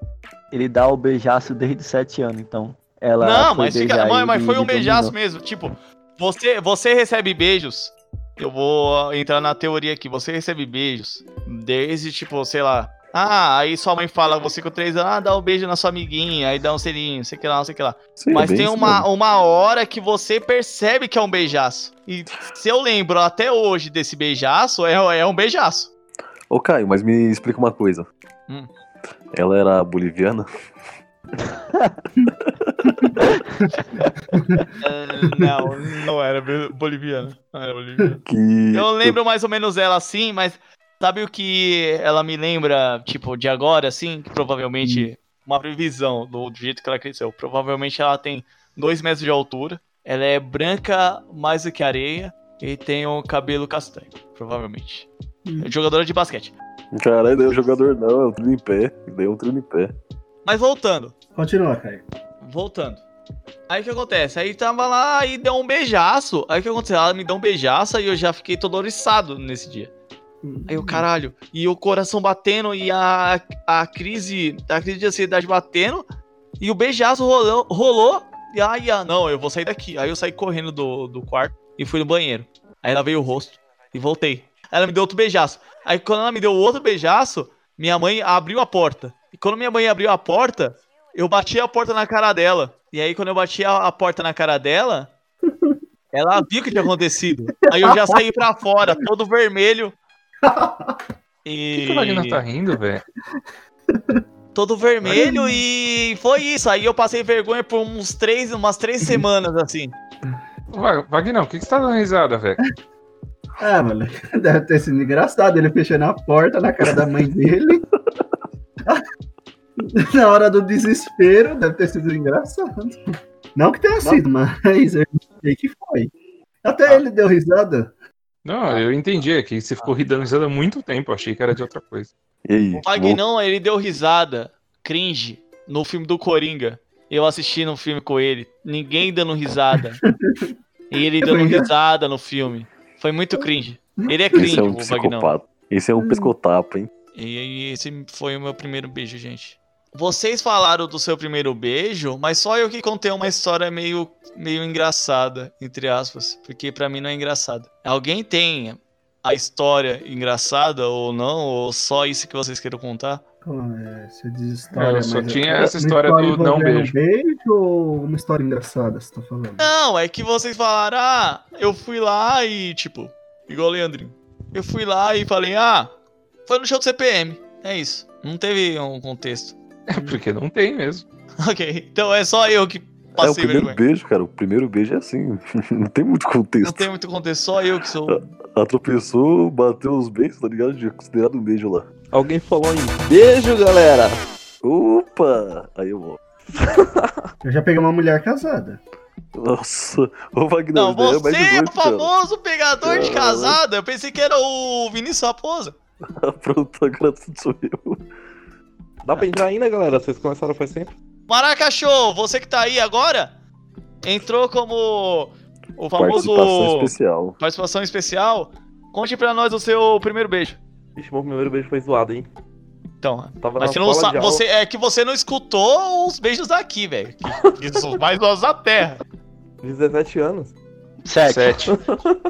Speaker 3: ele dá o beijaço desde 7 anos, então ela
Speaker 1: Não,
Speaker 3: foi
Speaker 1: mas, fica-
Speaker 3: beijar
Speaker 1: mas,
Speaker 3: ele
Speaker 1: mas foi
Speaker 3: e
Speaker 1: um
Speaker 3: ele
Speaker 1: beijaço
Speaker 3: dominou.
Speaker 1: mesmo. Tipo, você, você recebe beijos. Eu vou entrar na teoria aqui. Você recebe beijos desde, tipo, sei lá. Ah, aí sua mãe fala, você com três anos, ah, dá um beijo na sua amiguinha, aí dá um selinho, sei que lá, não sei que lá.
Speaker 5: Sim,
Speaker 1: Mas
Speaker 5: É bem
Speaker 1: tem
Speaker 5: isso
Speaker 1: uma,
Speaker 5: mesmo.
Speaker 1: uma hora que você percebe que é um beijaço. E se eu lembro até hoje desse beijaço, é, é um beijaço.
Speaker 5: Ô, Caio, mas me explica uma coisa.
Speaker 1: Hum.
Speaker 5: Ela era boliviana?
Speaker 1: Ah, não, não era boliviano. Não era boliviano.
Speaker 5: Que.
Speaker 1: Eu lembro mais ou menos ela assim, mas sabe o que ela me lembra, tipo, de agora, assim? Que provavelmente,
Speaker 5: Hum.
Speaker 1: uma previsão do, do jeito que ela cresceu. Provavelmente ela tem dois metros de altura, ela é branca mais do que areia e tem o cabelo castanho, provavelmente.
Speaker 2: Hum.
Speaker 1: É Jogadora de basquete.
Speaker 5: Caralho, não é um jogador, não, é um trilho em pé. Daí é um trilho em pé.
Speaker 1: Mas voltando.
Speaker 2: Continua, Caio.
Speaker 1: Voltando. Aí o que acontece? Aí tava lá e deu um beijaço. Aí o que aconteceu? Ela me deu um beijaço e eu já fiquei todo oriçado nesse dia. Aí
Speaker 2: Hum.
Speaker 1: o caralho, e o coração batendo e a, a crise, a crise de ansiedade batendo e o beijaço rolou, rolou e aí, ah, não, eu vou sair daqui. Aí eu saí correndo do, do quarto e fui no banheiro. Aí lavei o rosto e voltei. Aí ela me deu outro beijaço. Aí quando ela me deu outro beijaço, minha mãe abriu a porta. E quando minha mãe abriu a porta, eu bati a porta na cara dela. E aí, quando eu bati a, a porta na cara dela, ela viu o que tinha acontecido. Aí eu já saí pra fora, todo vermelho.
Speaker 4: Por
Speaker 1: E
Speaker 4: que, que o Lagnar tá rindo, velho?
Speaker 1: todo vermelho e foi isso. Aí eu passei vergonha por uns três, umas três semanas assim.
Speaker 4: Va- Wagner, o que, que você tá dando risada, velho?
Speaker 2: Ah, mano, (laughs) deve ter sido engraçado ele fechando a porta na cara da mãe dele. (laughs) na hora do desespero, deve ter sido engraçado. Não que tenha sido, mas eu sei que foi. Até
Speaker 4: Ah.
Speaker 2: ele deu risada.
Speaker 4: Não, eu entendi aqui. Você ficou ri- dando risada há muito tempo. eu Achei que era de outra coisa.
Speaker 5: E aí?
Speaker 1: O Magnão, ele deu risada, cringe, no filme do Coringa. Eu assisti no filme com ele, ninguém dando risada.
Speaker 5: (laughs)
Speaker 1: e ele dando risada no filme. Foi muito cringe. Ele é
Speaker 5: bom,
Speaker 1: cringe,
Speaker 5: Esse é um
Speaker 1: o Magnão.
Speaker 5: psicopata. Esse é um pescotapa, hein?
Speaker 1: E e esse foi o meu primeiro beijo, gente. Vocês falaram do seu primeiro beijo, mas só eu que contei uma história meio, meio engraçada, entre aspas. Porque pra mim não é engraçada. Alguém tem a história engraçada ou não? Ou só isso que vocês queiram contar?
Speaker 2: Como é, você diz história,
Speaker 4: Eu só
Speaker 2: mas- é
Speaker 4: tinha essa
Speaker 2: uma
Speaker 4: história do não
Speaker 2: envolvendo
Speaker 4: beijo. (laughs)
Speaker 2: beijo ou uma história engraçada, você tá falando?
Speaker 1: Não, é que vocês falaram, ah, eu fui lá e, tipo, igual o Leandrinho. Eu fui lá e falei, ah, foi no show do CPM. É isso. Não teve um contexto. (laughs)
Speaker 4: É porque não tem mesmo.
Speaker 1: Ok, então é só eu que
Speaker 5: É o
Speaker 1: passei
Speaker 5: primeiro
Speaker 1: vergonha.
Speaker 5: beijo, cara. O primeiro beijo é assim. (laughs) não tem muito
Speaker 1: Não
Speaker 5: contexto.
Speaker 1: tem muito contexto, só eu que
Speaker 5: (laughs)
Speaker 1: sou.
Speaker 5: Ela tropeçou, bateu os beijos, tá ligado? Já é considerado um beijo lá.
Speaker 6: Alguém falou em beijo, galera.
Speaker 5: Opa! Aí eu volto.
Speaker 2: Eu já peguei uma mulher casada.
Speaker 5: Nossa, ô Wagner,
Speaker 1: Não,
Speaker 5: isso daí
Speaker 1: você
Speaker 5: é
Speaker 1: é
Speaker 5: mais
Speaker 1: o
Speaker 5: doido, cara. (laughs)
Speaker 1: famoso pegador de
Speaker 5: Ah.
Speaker 1: casada. Eu pensei que era o Vinícius Raposa.
Speaker 5: Pronto, agora tudo sou eu.
Speaker 6: Dá pra entrar ainda, galera? Vocês começaram faz tempo?
Speaker 1: Maracachô, você que tá aí agora, entrou como o famoso
Speaker 5: Participação especial.
Speaker 1: participação especial. Conte pra nós o seu primeiro beijo.
Speaker 6: Vixe, meu primeiro beijo foi zoado, hein?
Speaker 1: Então,
Speaker 6: Tava
Speaker 1: Mas
Speaker 6: na
Speaker 1: você não
Speaker 6: sala
Speaker 1: sabe,
Speaker 6: de aula.
Speaker 1: você, é que você não escutou os beijos daqui, velho. Que- que são os mais nós da
Speaker 6: (laughs)
Speaker 1: terra.
Speaker 6: 17 anos.
Speaker 3: Sete.
Speaker 4: Sete.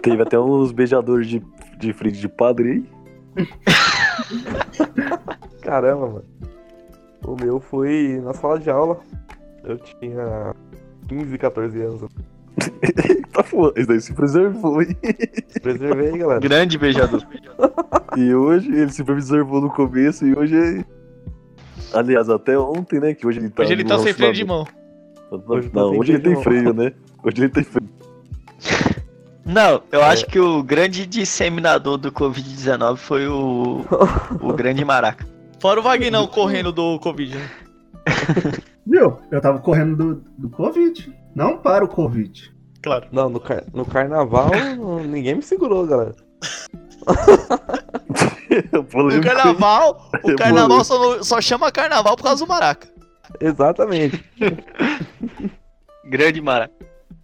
Speaker 5: Teve até uns beijadores de, de frente de padre (laughs) aí.
Speaker 6: Caramba, mano. O meu foi na sala de aula. Eu tinha 15, 14 anos.
Speaker 5: Eita, pô, Tá esse daí se preservou, hein?
Speaker 1: (laughs)
Speaker 6: Preservei, galera.
Speaker 3: Grande beijador.
Speaker 5: E hoje ele se preservou no começo e hoje é Aliás, até ontem, né? Que hoje ele tá.
Speaker 1: Hoje ele tá
Speaker 5: no
Speaker 1: sem freio de
Speaker 5: relacionamento.
Speaker 1: mão.
Speaker 6: Hoje tá
Speaker 5: Não,
Speaker 6: sem
Speaker 5: hoje ele tem
Speaker 6: freio
Speaker 5: freio, né? Hoje ele tem freio. (laughs)
Speaker 3: Não,
Speaker 6: É.
Speaker 3: eu acho que o grande disseminador do Covid-19 foi o,
Speaker 6: (laughs)
Speaker 3: o grande maraca.
Speaker 1: Fora o Vagnão correndo do Covid. né?
Speaker 2: Viu? Eu tava correndo do, do Covid. Não para o Covid.
Speaker 1: Claro.
Speaker 6: Não, no, car- no carnaval ninguém me segurou, galera.
Speaker 1: O
Speaker 5: Polêmico, hein?
Speaker 1: carnaval, o
Speaker 5: Eu
Speaker 1: carnaval
Speaker 5: bolei.
Speaker 1: só, não- só chama carnaval por causa do maraca.
Speaker 6: Exatamente.
Speaker 3: Grande maraca.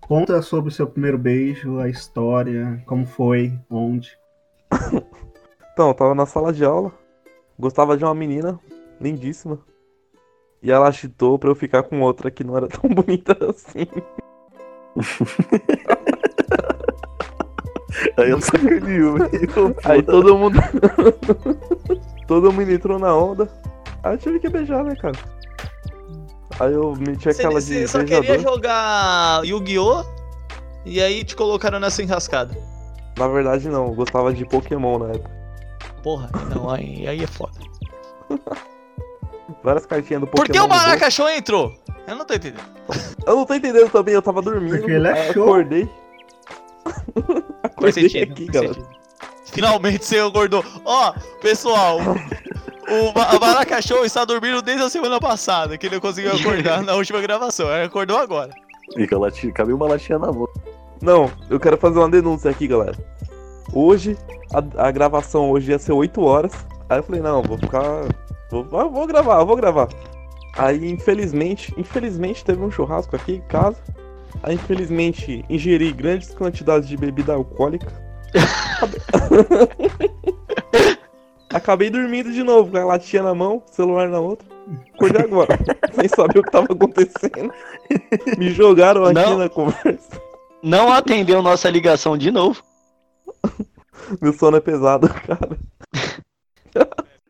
Speaker 2: Conta sobre o seu primeiro beijo, a história, como foi, onde.
Speaker 6: Então, eu tava na sala de aula, gostava de uma menina, lindíssima. E ela agitou pra eu ficar com outra que não era tão (laughs) bonita assim.
Speaker 5: Aí eu sacaneio, velho.
Speaker 6: Aí todo mundo. todo mundo entrou na onda. Aí eu tive que beijar, né, cara? Aí eu meti
Speaker 1: Você,
Speaker 6: aquela
Speaker 1: você
Speaker 6: de
Speaker 1: só
Speaker 6: beijador.
Speaker 1: queria jogar Yu-Gi-Oh! E aí te colocaram nessa enrascada.
Speaker 6: Na verdade, não, eu gostava de Pokémon na época.
Speaker 1: Porra, não, aí, aí é foda.
Speaker 6: Várias cartinhas do Pokémon.
Speaker 1: Por que o
Speaker 6: no bolso.
Speaker 1: Maraca Show entrou? Eu não tô entendendo.
Speaker 6: Eu não tô entendendo também, eu tava dormindo.
Speaker 2: Porque ele é
Speaker 6: aí eu
Speaker 2: achou.
Speaker 6: acordei. (laughs)
Speaker 1: Faz
Speaker 6: acordei
Speaker 1: sentido,
Speaker 6: aqui,
Speaker 1: faz
Speaker 6: galera.
Speaker 1: sentido. Finalmente você acordou. Ó, pessoal, o, Ma- o Maraca Show está dormindo desde a semana passada, que ele não conseguiu acordar na última gravação. Ele acordou agora.
Speaker 5: Fica latinha, cabe uma latinha na boca.
Speaker 6: Não, eu quero fazer uma denúncia aqui, galera. Hoje, a, a gravação hoje ia ser 8 horas. Aí eu falei, não, vou ficar. Vou, ah, vou vou gravar, vou gravar. Aí, infelizmente, infelizmente teve um churrasco aqui em casa. Aí, infelizmente, ingeri grandes quantidades de bebida alcoólica. Acabei- Acabei dormindo de novo, com a latinha na mão, celular na outra. Acordei agora, (laughs) sem saber o que tava acontecendo. Me jogaram aqui
Speaker 3: Não.
Speaker 6: na conversa.
Speaker 3: Não atendeu nossa ligação de novo.
Speaker 6: Meu sono é pesado, cara.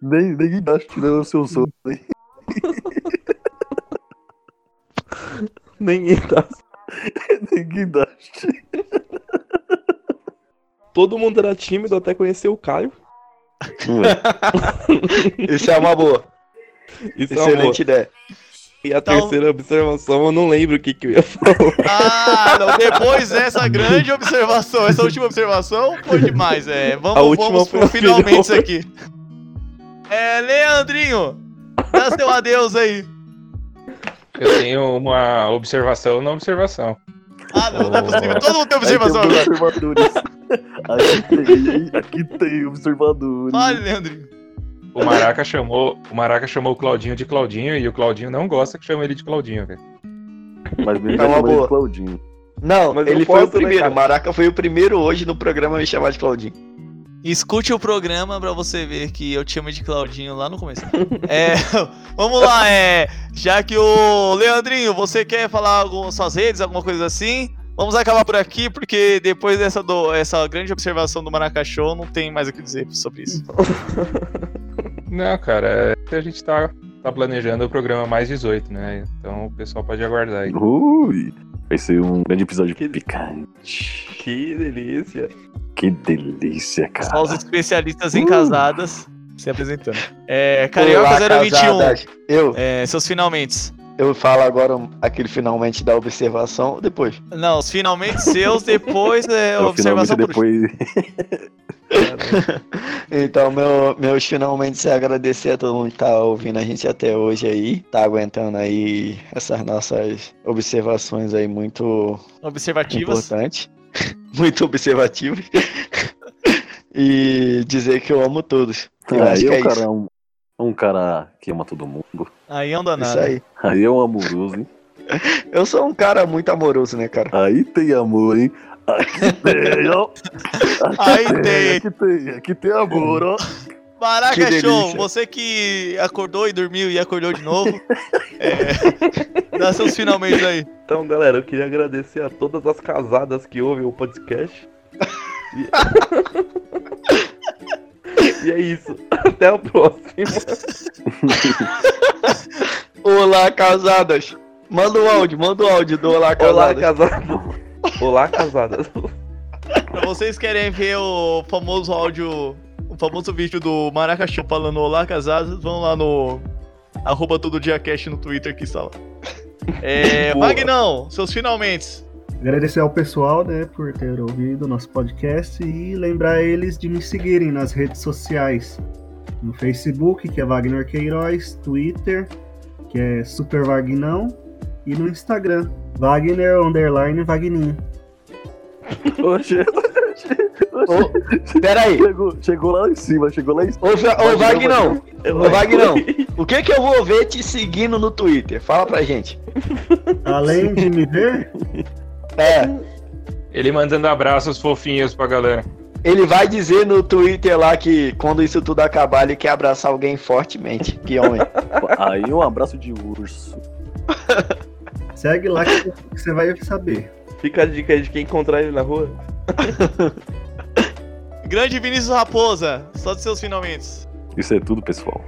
Speaker 5: Nem, nem embaixo tirando o seu (laughs) sono. hein?
Speaker 6: Ninguém tá.
Speaker 5: Ninguém dá.
Speaker 6: Todo mundo era tímido até conhecer o Caio.
Speaker 3: Isso é uma boa.
Speaker 6: Isso é uma boa.
Speaker 3: Excelente ideia.
Speaker 6: E a
Speaker 1: Então-
Speaker 6: terceira observação, eu não lembro o que, que eu ia falar.
Speaker 1: Ah, não, depois dessa grande observação, essa última observação foi demais, é. Vamos,
Speaker 6: A última
Speaker 1: vamos
Speaker 6: foi
Speaker 1: pro
Speaker 6: a
Speaker 1: finalmente
Speaker 6: melhor.
Speaker 1: isso aqui. É, Leandrinho, dá seu adeus aí.
Speaker 4: (laughs) Eu tenho uma observação na observação.
Speaker 1: Ah, não, não é possível. Todo mundo tem
Speaker 5: Aí tem
Speaker 1: observação agora.
Speaker 6: (laughs)
Speaker 5: observadores. Aí tem- aqui tem observadores.
Speaker 1: Fale, Leandrinho.
Speaker 4: O Maraca chamou, o Maraca chamou o Claudinho de Claudinho e o Claudinho não gosta que chama ele de Claudinho, velho.
Speaker 5: Mas me
Speaker 3: É uma
Speaker 5: chama de
Speaker 3: boa.
Speaker 5: Claudinho.
Speaker 3: Não,
Speaker 6: Mas
Speaker 3: ele
Speaker 6: eu
Speaker 3: foi o
Speaker 6: posso, né,
Speaker 3: primeiro.
Speaker 6: cara?
Speaker 3: O Maraca foi o primeiro hoje no programa a me chamar de Claudinho.
Speaker 1: Escute o programa pra você ver que eu te chamo de Claudinho lá no começo. (laughs) É, vamos lá, é. Já que o Leandrinho, você quer falar algumas suas redes, alguma coisa assim? Vamos acabar por aqui, porque depois dessa, do- essa grande observação do Maracachô, não tem mais o que dizer sobre isso.
Speaker 4: Não, cara, é, a gente tá, tá planejando o programa mais 18, né? Então o pessoal pode aguardar aí.
Speaker 5: Ui. Vai ser um grande episódio picante.
Speaker 6: Que delícia.
Speaker 5: Que delícia,
Speaker 1: Só os
Speaker 5: cara.
Speaker 1: especialistas em
Speaker 5: Uh.
Speaker 1: casadas se apresentando. É, Carioca
Speaker 3: Olá,
Speaker 1: 021,
Speaker 3: casadas. Eu,
Speaker 1: é, seus finalmente.
Speaker 3: eu falo agora um, aquele finalmente da observação depois.
Speaker 1: Não, os finalmente seus, depois é
Speaker 5: Eu finalmente
Speaker 1: observação por último.
Speaker 5: depois.
Speaker 3: Então, meu, meus finalmente é agradecer a todo mundo que tá ouvindo a gente até hoje aí. Tá aguentando aí essas nossas observações aí muito
Speaker 1: Observativas.
Speaker 3: importantes. (laughs) Muito observativas. (laughs) e dizer que eu amo todos. Eu
Speaker 5: Aí
Speaker 3: acho que
Speaker 5: é
Speaker 3: é
Speaker 5: um cara,
Speaker 3: isso.
Speaker 5: um, um cara que ama todo mundo.
Speaker 1: Aí é um
Speaker 3: Isso
Speaker 1: danado.
Speaker 3: aí.
Speaker 5: Aí é um amoroso, hein?
Speaker 3: Eu sou um cara muito amoroso, né, cara?
Speaker 5: Aí tem amor, hein? Aqui tem, ó.
Speaker 1: Aí tem.
Speaker 5: Aqui tem, aqui tem amor, ó.
Speaker 1: Maraca
Speaker 3: Que
Speaker 1: Show,
Speaker 3: delícia.
Speaker 1: você que acordou e dormiu e acordou de novo. (laughs) é, (laughs) dá seus finalmente aí.
Speaker 6: Então, galera, eu queria agradecer a todas as casadas que ouvem o podcast. E, (laughs) e é isso. Até o próximo.
Speaker 3: Olá, casadas! Manda o áudio, manda o áudio do Olá,
Speaker 6: Olá,
Speaker 3: casadas.
Speaker 6: casadas. Olá, casadas.
Speaker 1: Pra vocês que querem ver o famoso áudio, o famoso vídeo do Maraca Show falando Olá Casados, vão lá no Arroba todo dia cast no Twitter aqui, sala.
Speaker 3: (laughs)
Speaker 1: É, Magnão, seus finalmente.
Speaker 2: Agradecer ao pessoal, né, por ter ouvido o nosso podcast e lembrar eles de me seguirem nas redes sociais. No Facebook, que é Wagner Queiroz, Twitter, que é Super Vagnão, e no Instagram, Wagner Underline Vagninho.
Speaker 5: Oxe,
Speaker 3: Ô, peraí,
Speaker 5: (laughs) chegou, chegou lá em cima, chegou lá em cima.
Speaker 3: ô, Fra- ô Vagnão,
Speaker 5: Vagnão,
Speaker 3: ô (laughs) Vagnão, o que que eu vou ver te seguindo no Twitter? Fala pra gente.
Speaker 2: Além de me ver,
Speaker 3: É,
Speaker 4: Ele mandando abraços fofinhos pra galera.
Speaker 3: ele vai dizer no Twitter lá que quando isso tudo acabar ele quer abraçar alguém fortemente. Que (laughs) homem.
Speaker 5: Aí um abraço de urso.
Speaker 2: segue lá que você vai saber.
Speaker 6: Fica a dica aí de quem encontrar ele na rua.
Speaker 1: Grande Vinícius Raposa, só dos seus finalmente.
Speaker 5: Isso é tudo, pessoal.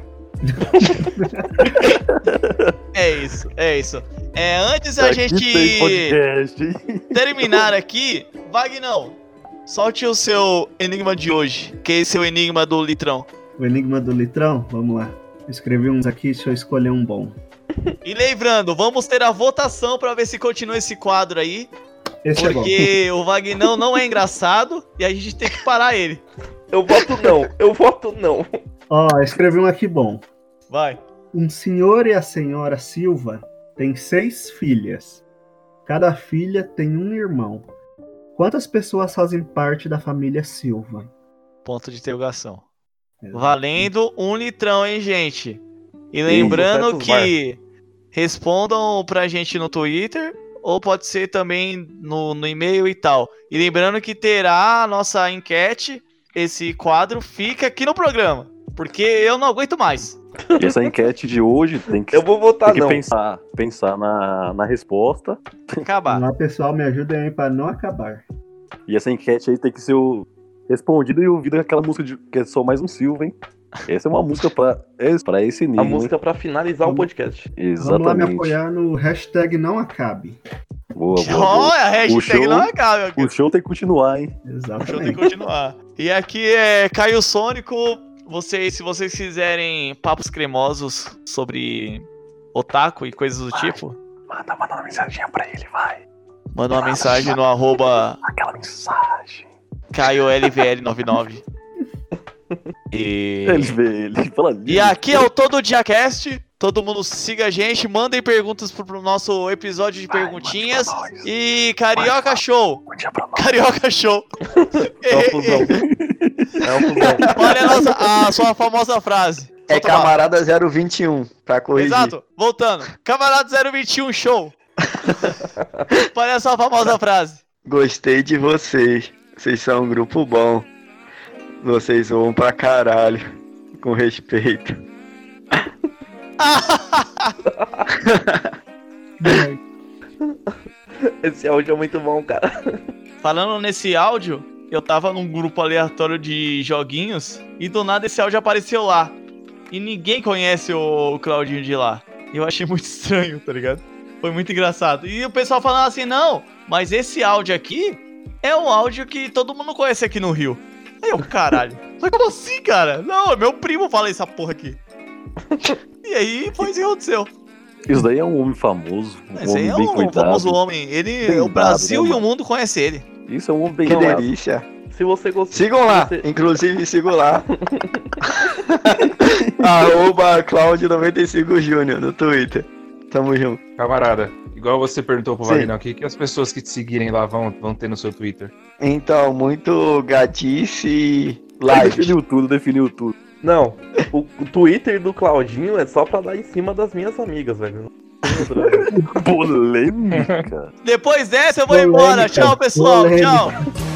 Speaker 1: É isso, é isso. É, antes da
Speaker 5: Aqui tem
Speaker 1: gente
Speaker 5: podcast, hein?
Speaker 1: terminar aqui, Vagnão, solte o seu enigma de hoje, que esse é o enigma do litrão.
Speaker 2: O Enigma do Litrão, vamos lá. Escrevi uns aqui, deixa eu escolher um bom.
Speaker 1: E lembrando, vamos ter a votação pra ver se continua esse quadro aí,
Speaker 2: Esse é bom.
Speaker 1: porque o Vagnão não é engraçado e a gente tem que parar ele.
Speaker 6: Eu voto não, eu voto não.
Speaker 2: Ó, escrevi um aqui bom.
Speaker 1: Vai.
Speaker 2: Um senhor e a senhora Silva têm seis filhas. Cada filha tem um irmão. Quantas pessoas fazem parte da família Silva?
Speaker 1: Ponto de interrogação. Valendo um litrão, hein, gente? E
Speaker 6: Isso,
Speaker 1: lembrando
Speaker 6: Beto
Speaker 1: que respondam pra gente no Twitter ou pode ser também no, no e-mail e tal. E lembrando que terá a nossa enquete, esse quadro fica aqui no programa, porque eu não aguento mais.
Speaker 5: E essa enquete de hoje tem que,
Speaker 6: Eu vou votar
Speaker 5: tem que
Speaker 6: não.
Speaker 5: pensar, pensar na, na resposta.
Speaker 1: Acabar.
Speaker 2: (laughs) Vamos lá, pessoal, me ajudem aí pra não acabar.
Speaker 5: E essa enquete aí tem que ser o- respondida e ouvida com aquela música de, que é só mais um Silva, hein? Essa é uma música pra, é, pra esse nível.
Speaker 6: A
Speaker 5: hein?
Speaker 6: música pra finalizar o podcast.
Speaker 5: Exatamente.
Speaker 2: Vamos lá me apoiar no hashtag não acabe.
Speaker 5: Boa, boa, boa.
Speaker 1: Olha, a hashtag
Speaker 5: show-
Speaker 1: não acaba.
Speaker 5: O show tem que continuar, hein?
Speaker 1: O show
Speaker 2: Exatamente.
Speaker 1: tem que continuar. E aqui é Caio Sônico. Vocês, se vocês quiserem papos cremosos sobre otaku e coisas do tipo,
Speaker 5: Manda, manda uma mensagem pra ele, vai.
Speaker 1: manda uma mensagem no arroba
Speaker 5: Aquela mensagem.
Speaker 1: CaioLVL99. E...
Speaker 5: Ele vê ele. (laughs) Fala ali.
Speaker 1: e aqui é o Todo Dia Cast. Todo mundo siga a gente, mandem perguntas pro, pro nosso episódio de
Speaker 5: Vai,
Speaker 1: perguntinhas.
Speaker 5: manda pra nós.
Speaker 1: E Carioca Show!
Speaker 5: Bom dia pra nós.
Speaker 1: Carioca Show!
Speaker 6: É um fusão. É um fusão.
Speaker 1: Olha a, nossa- a sua famosa frase.
Speaker 3: É
Speaker 1: Solta lá.
Speaker 3: camarada 021, pra corrigir.
Speaker 1: Exato, voltando. Camarada 021 Show. Olha só a famosa frase.
Speaker 3: Gostei de vocês. Vocês são um grupo bom. Vocês voam pra caralho. Com respeito.
Speaker 6: Esse áudio é muito bom, cara.
Speaker 1: Falando nesse áudio, eu tava num grupo aleatório de joguinhos e do nada esse áudio apareceu lá. E ninguém conhece o Claudinho de lá. Eu achei muito (laughs) estranho, tá ligado? Foi muito engraçado. E o pessoal falando assim: não, mas esse áudio aqui é um áudio que todo mundo conhece aqui no Rio. Aí eu, caralho. Mas como assim, cara? Não, é meu primo fala essa porra aqui. E aí foi isso que aconteceu.
Speaker 5: Isso daí é um homem famoso. Um
Speaker 1: Esse aí
Speaker 5: homem
Speaker 1: é
Speaker 5: bem
Speaker 1: um
Speaker 5: cuidado.
Speaker 1: famoso homem. Ele, é
Speaker 5: Bem
Speaker 1: o Brasil
Speaker 5: dado, né,
Speaker 1: e o mundo conhecem ele.
Speaker 5: Isso é um homem bem
Speaker 3: Que
Speaker 5: cuidado.
Speaker 3: delícia.
Speaker 6: Se você gostou.
Speaker 3: Sigam lá.
Speaker 6: Se você-
Speaker 3: Inclusive, sigam lá. Arroba Claudio95Júnior no Twitter. Tamo junto.
Speaker 4: Camarada, igual você perguntou pro
Speaker 3: Sim.
Speaker 4: Vagnão, o que, que as pessoas que te seguirem lá vão, vão ter no seu Twitter?
Speaker 3: Então, muito gatice
Speaker 5: Ele
Speaker 3: live.
Speaker 5: Definiu tudo, definiu tudo.
Speaker 6: Não, o o Twitter do Claudinho é só pra dar em cima das minhas amigas, velho.
Speaker 5: Polêmica.
Speaker 1: Depois dessa eu vou embora.
Speaker 2: Polêmica,
Speaker 1: Tchau, pessoal. Tchau.
Speaker 2: polêmica.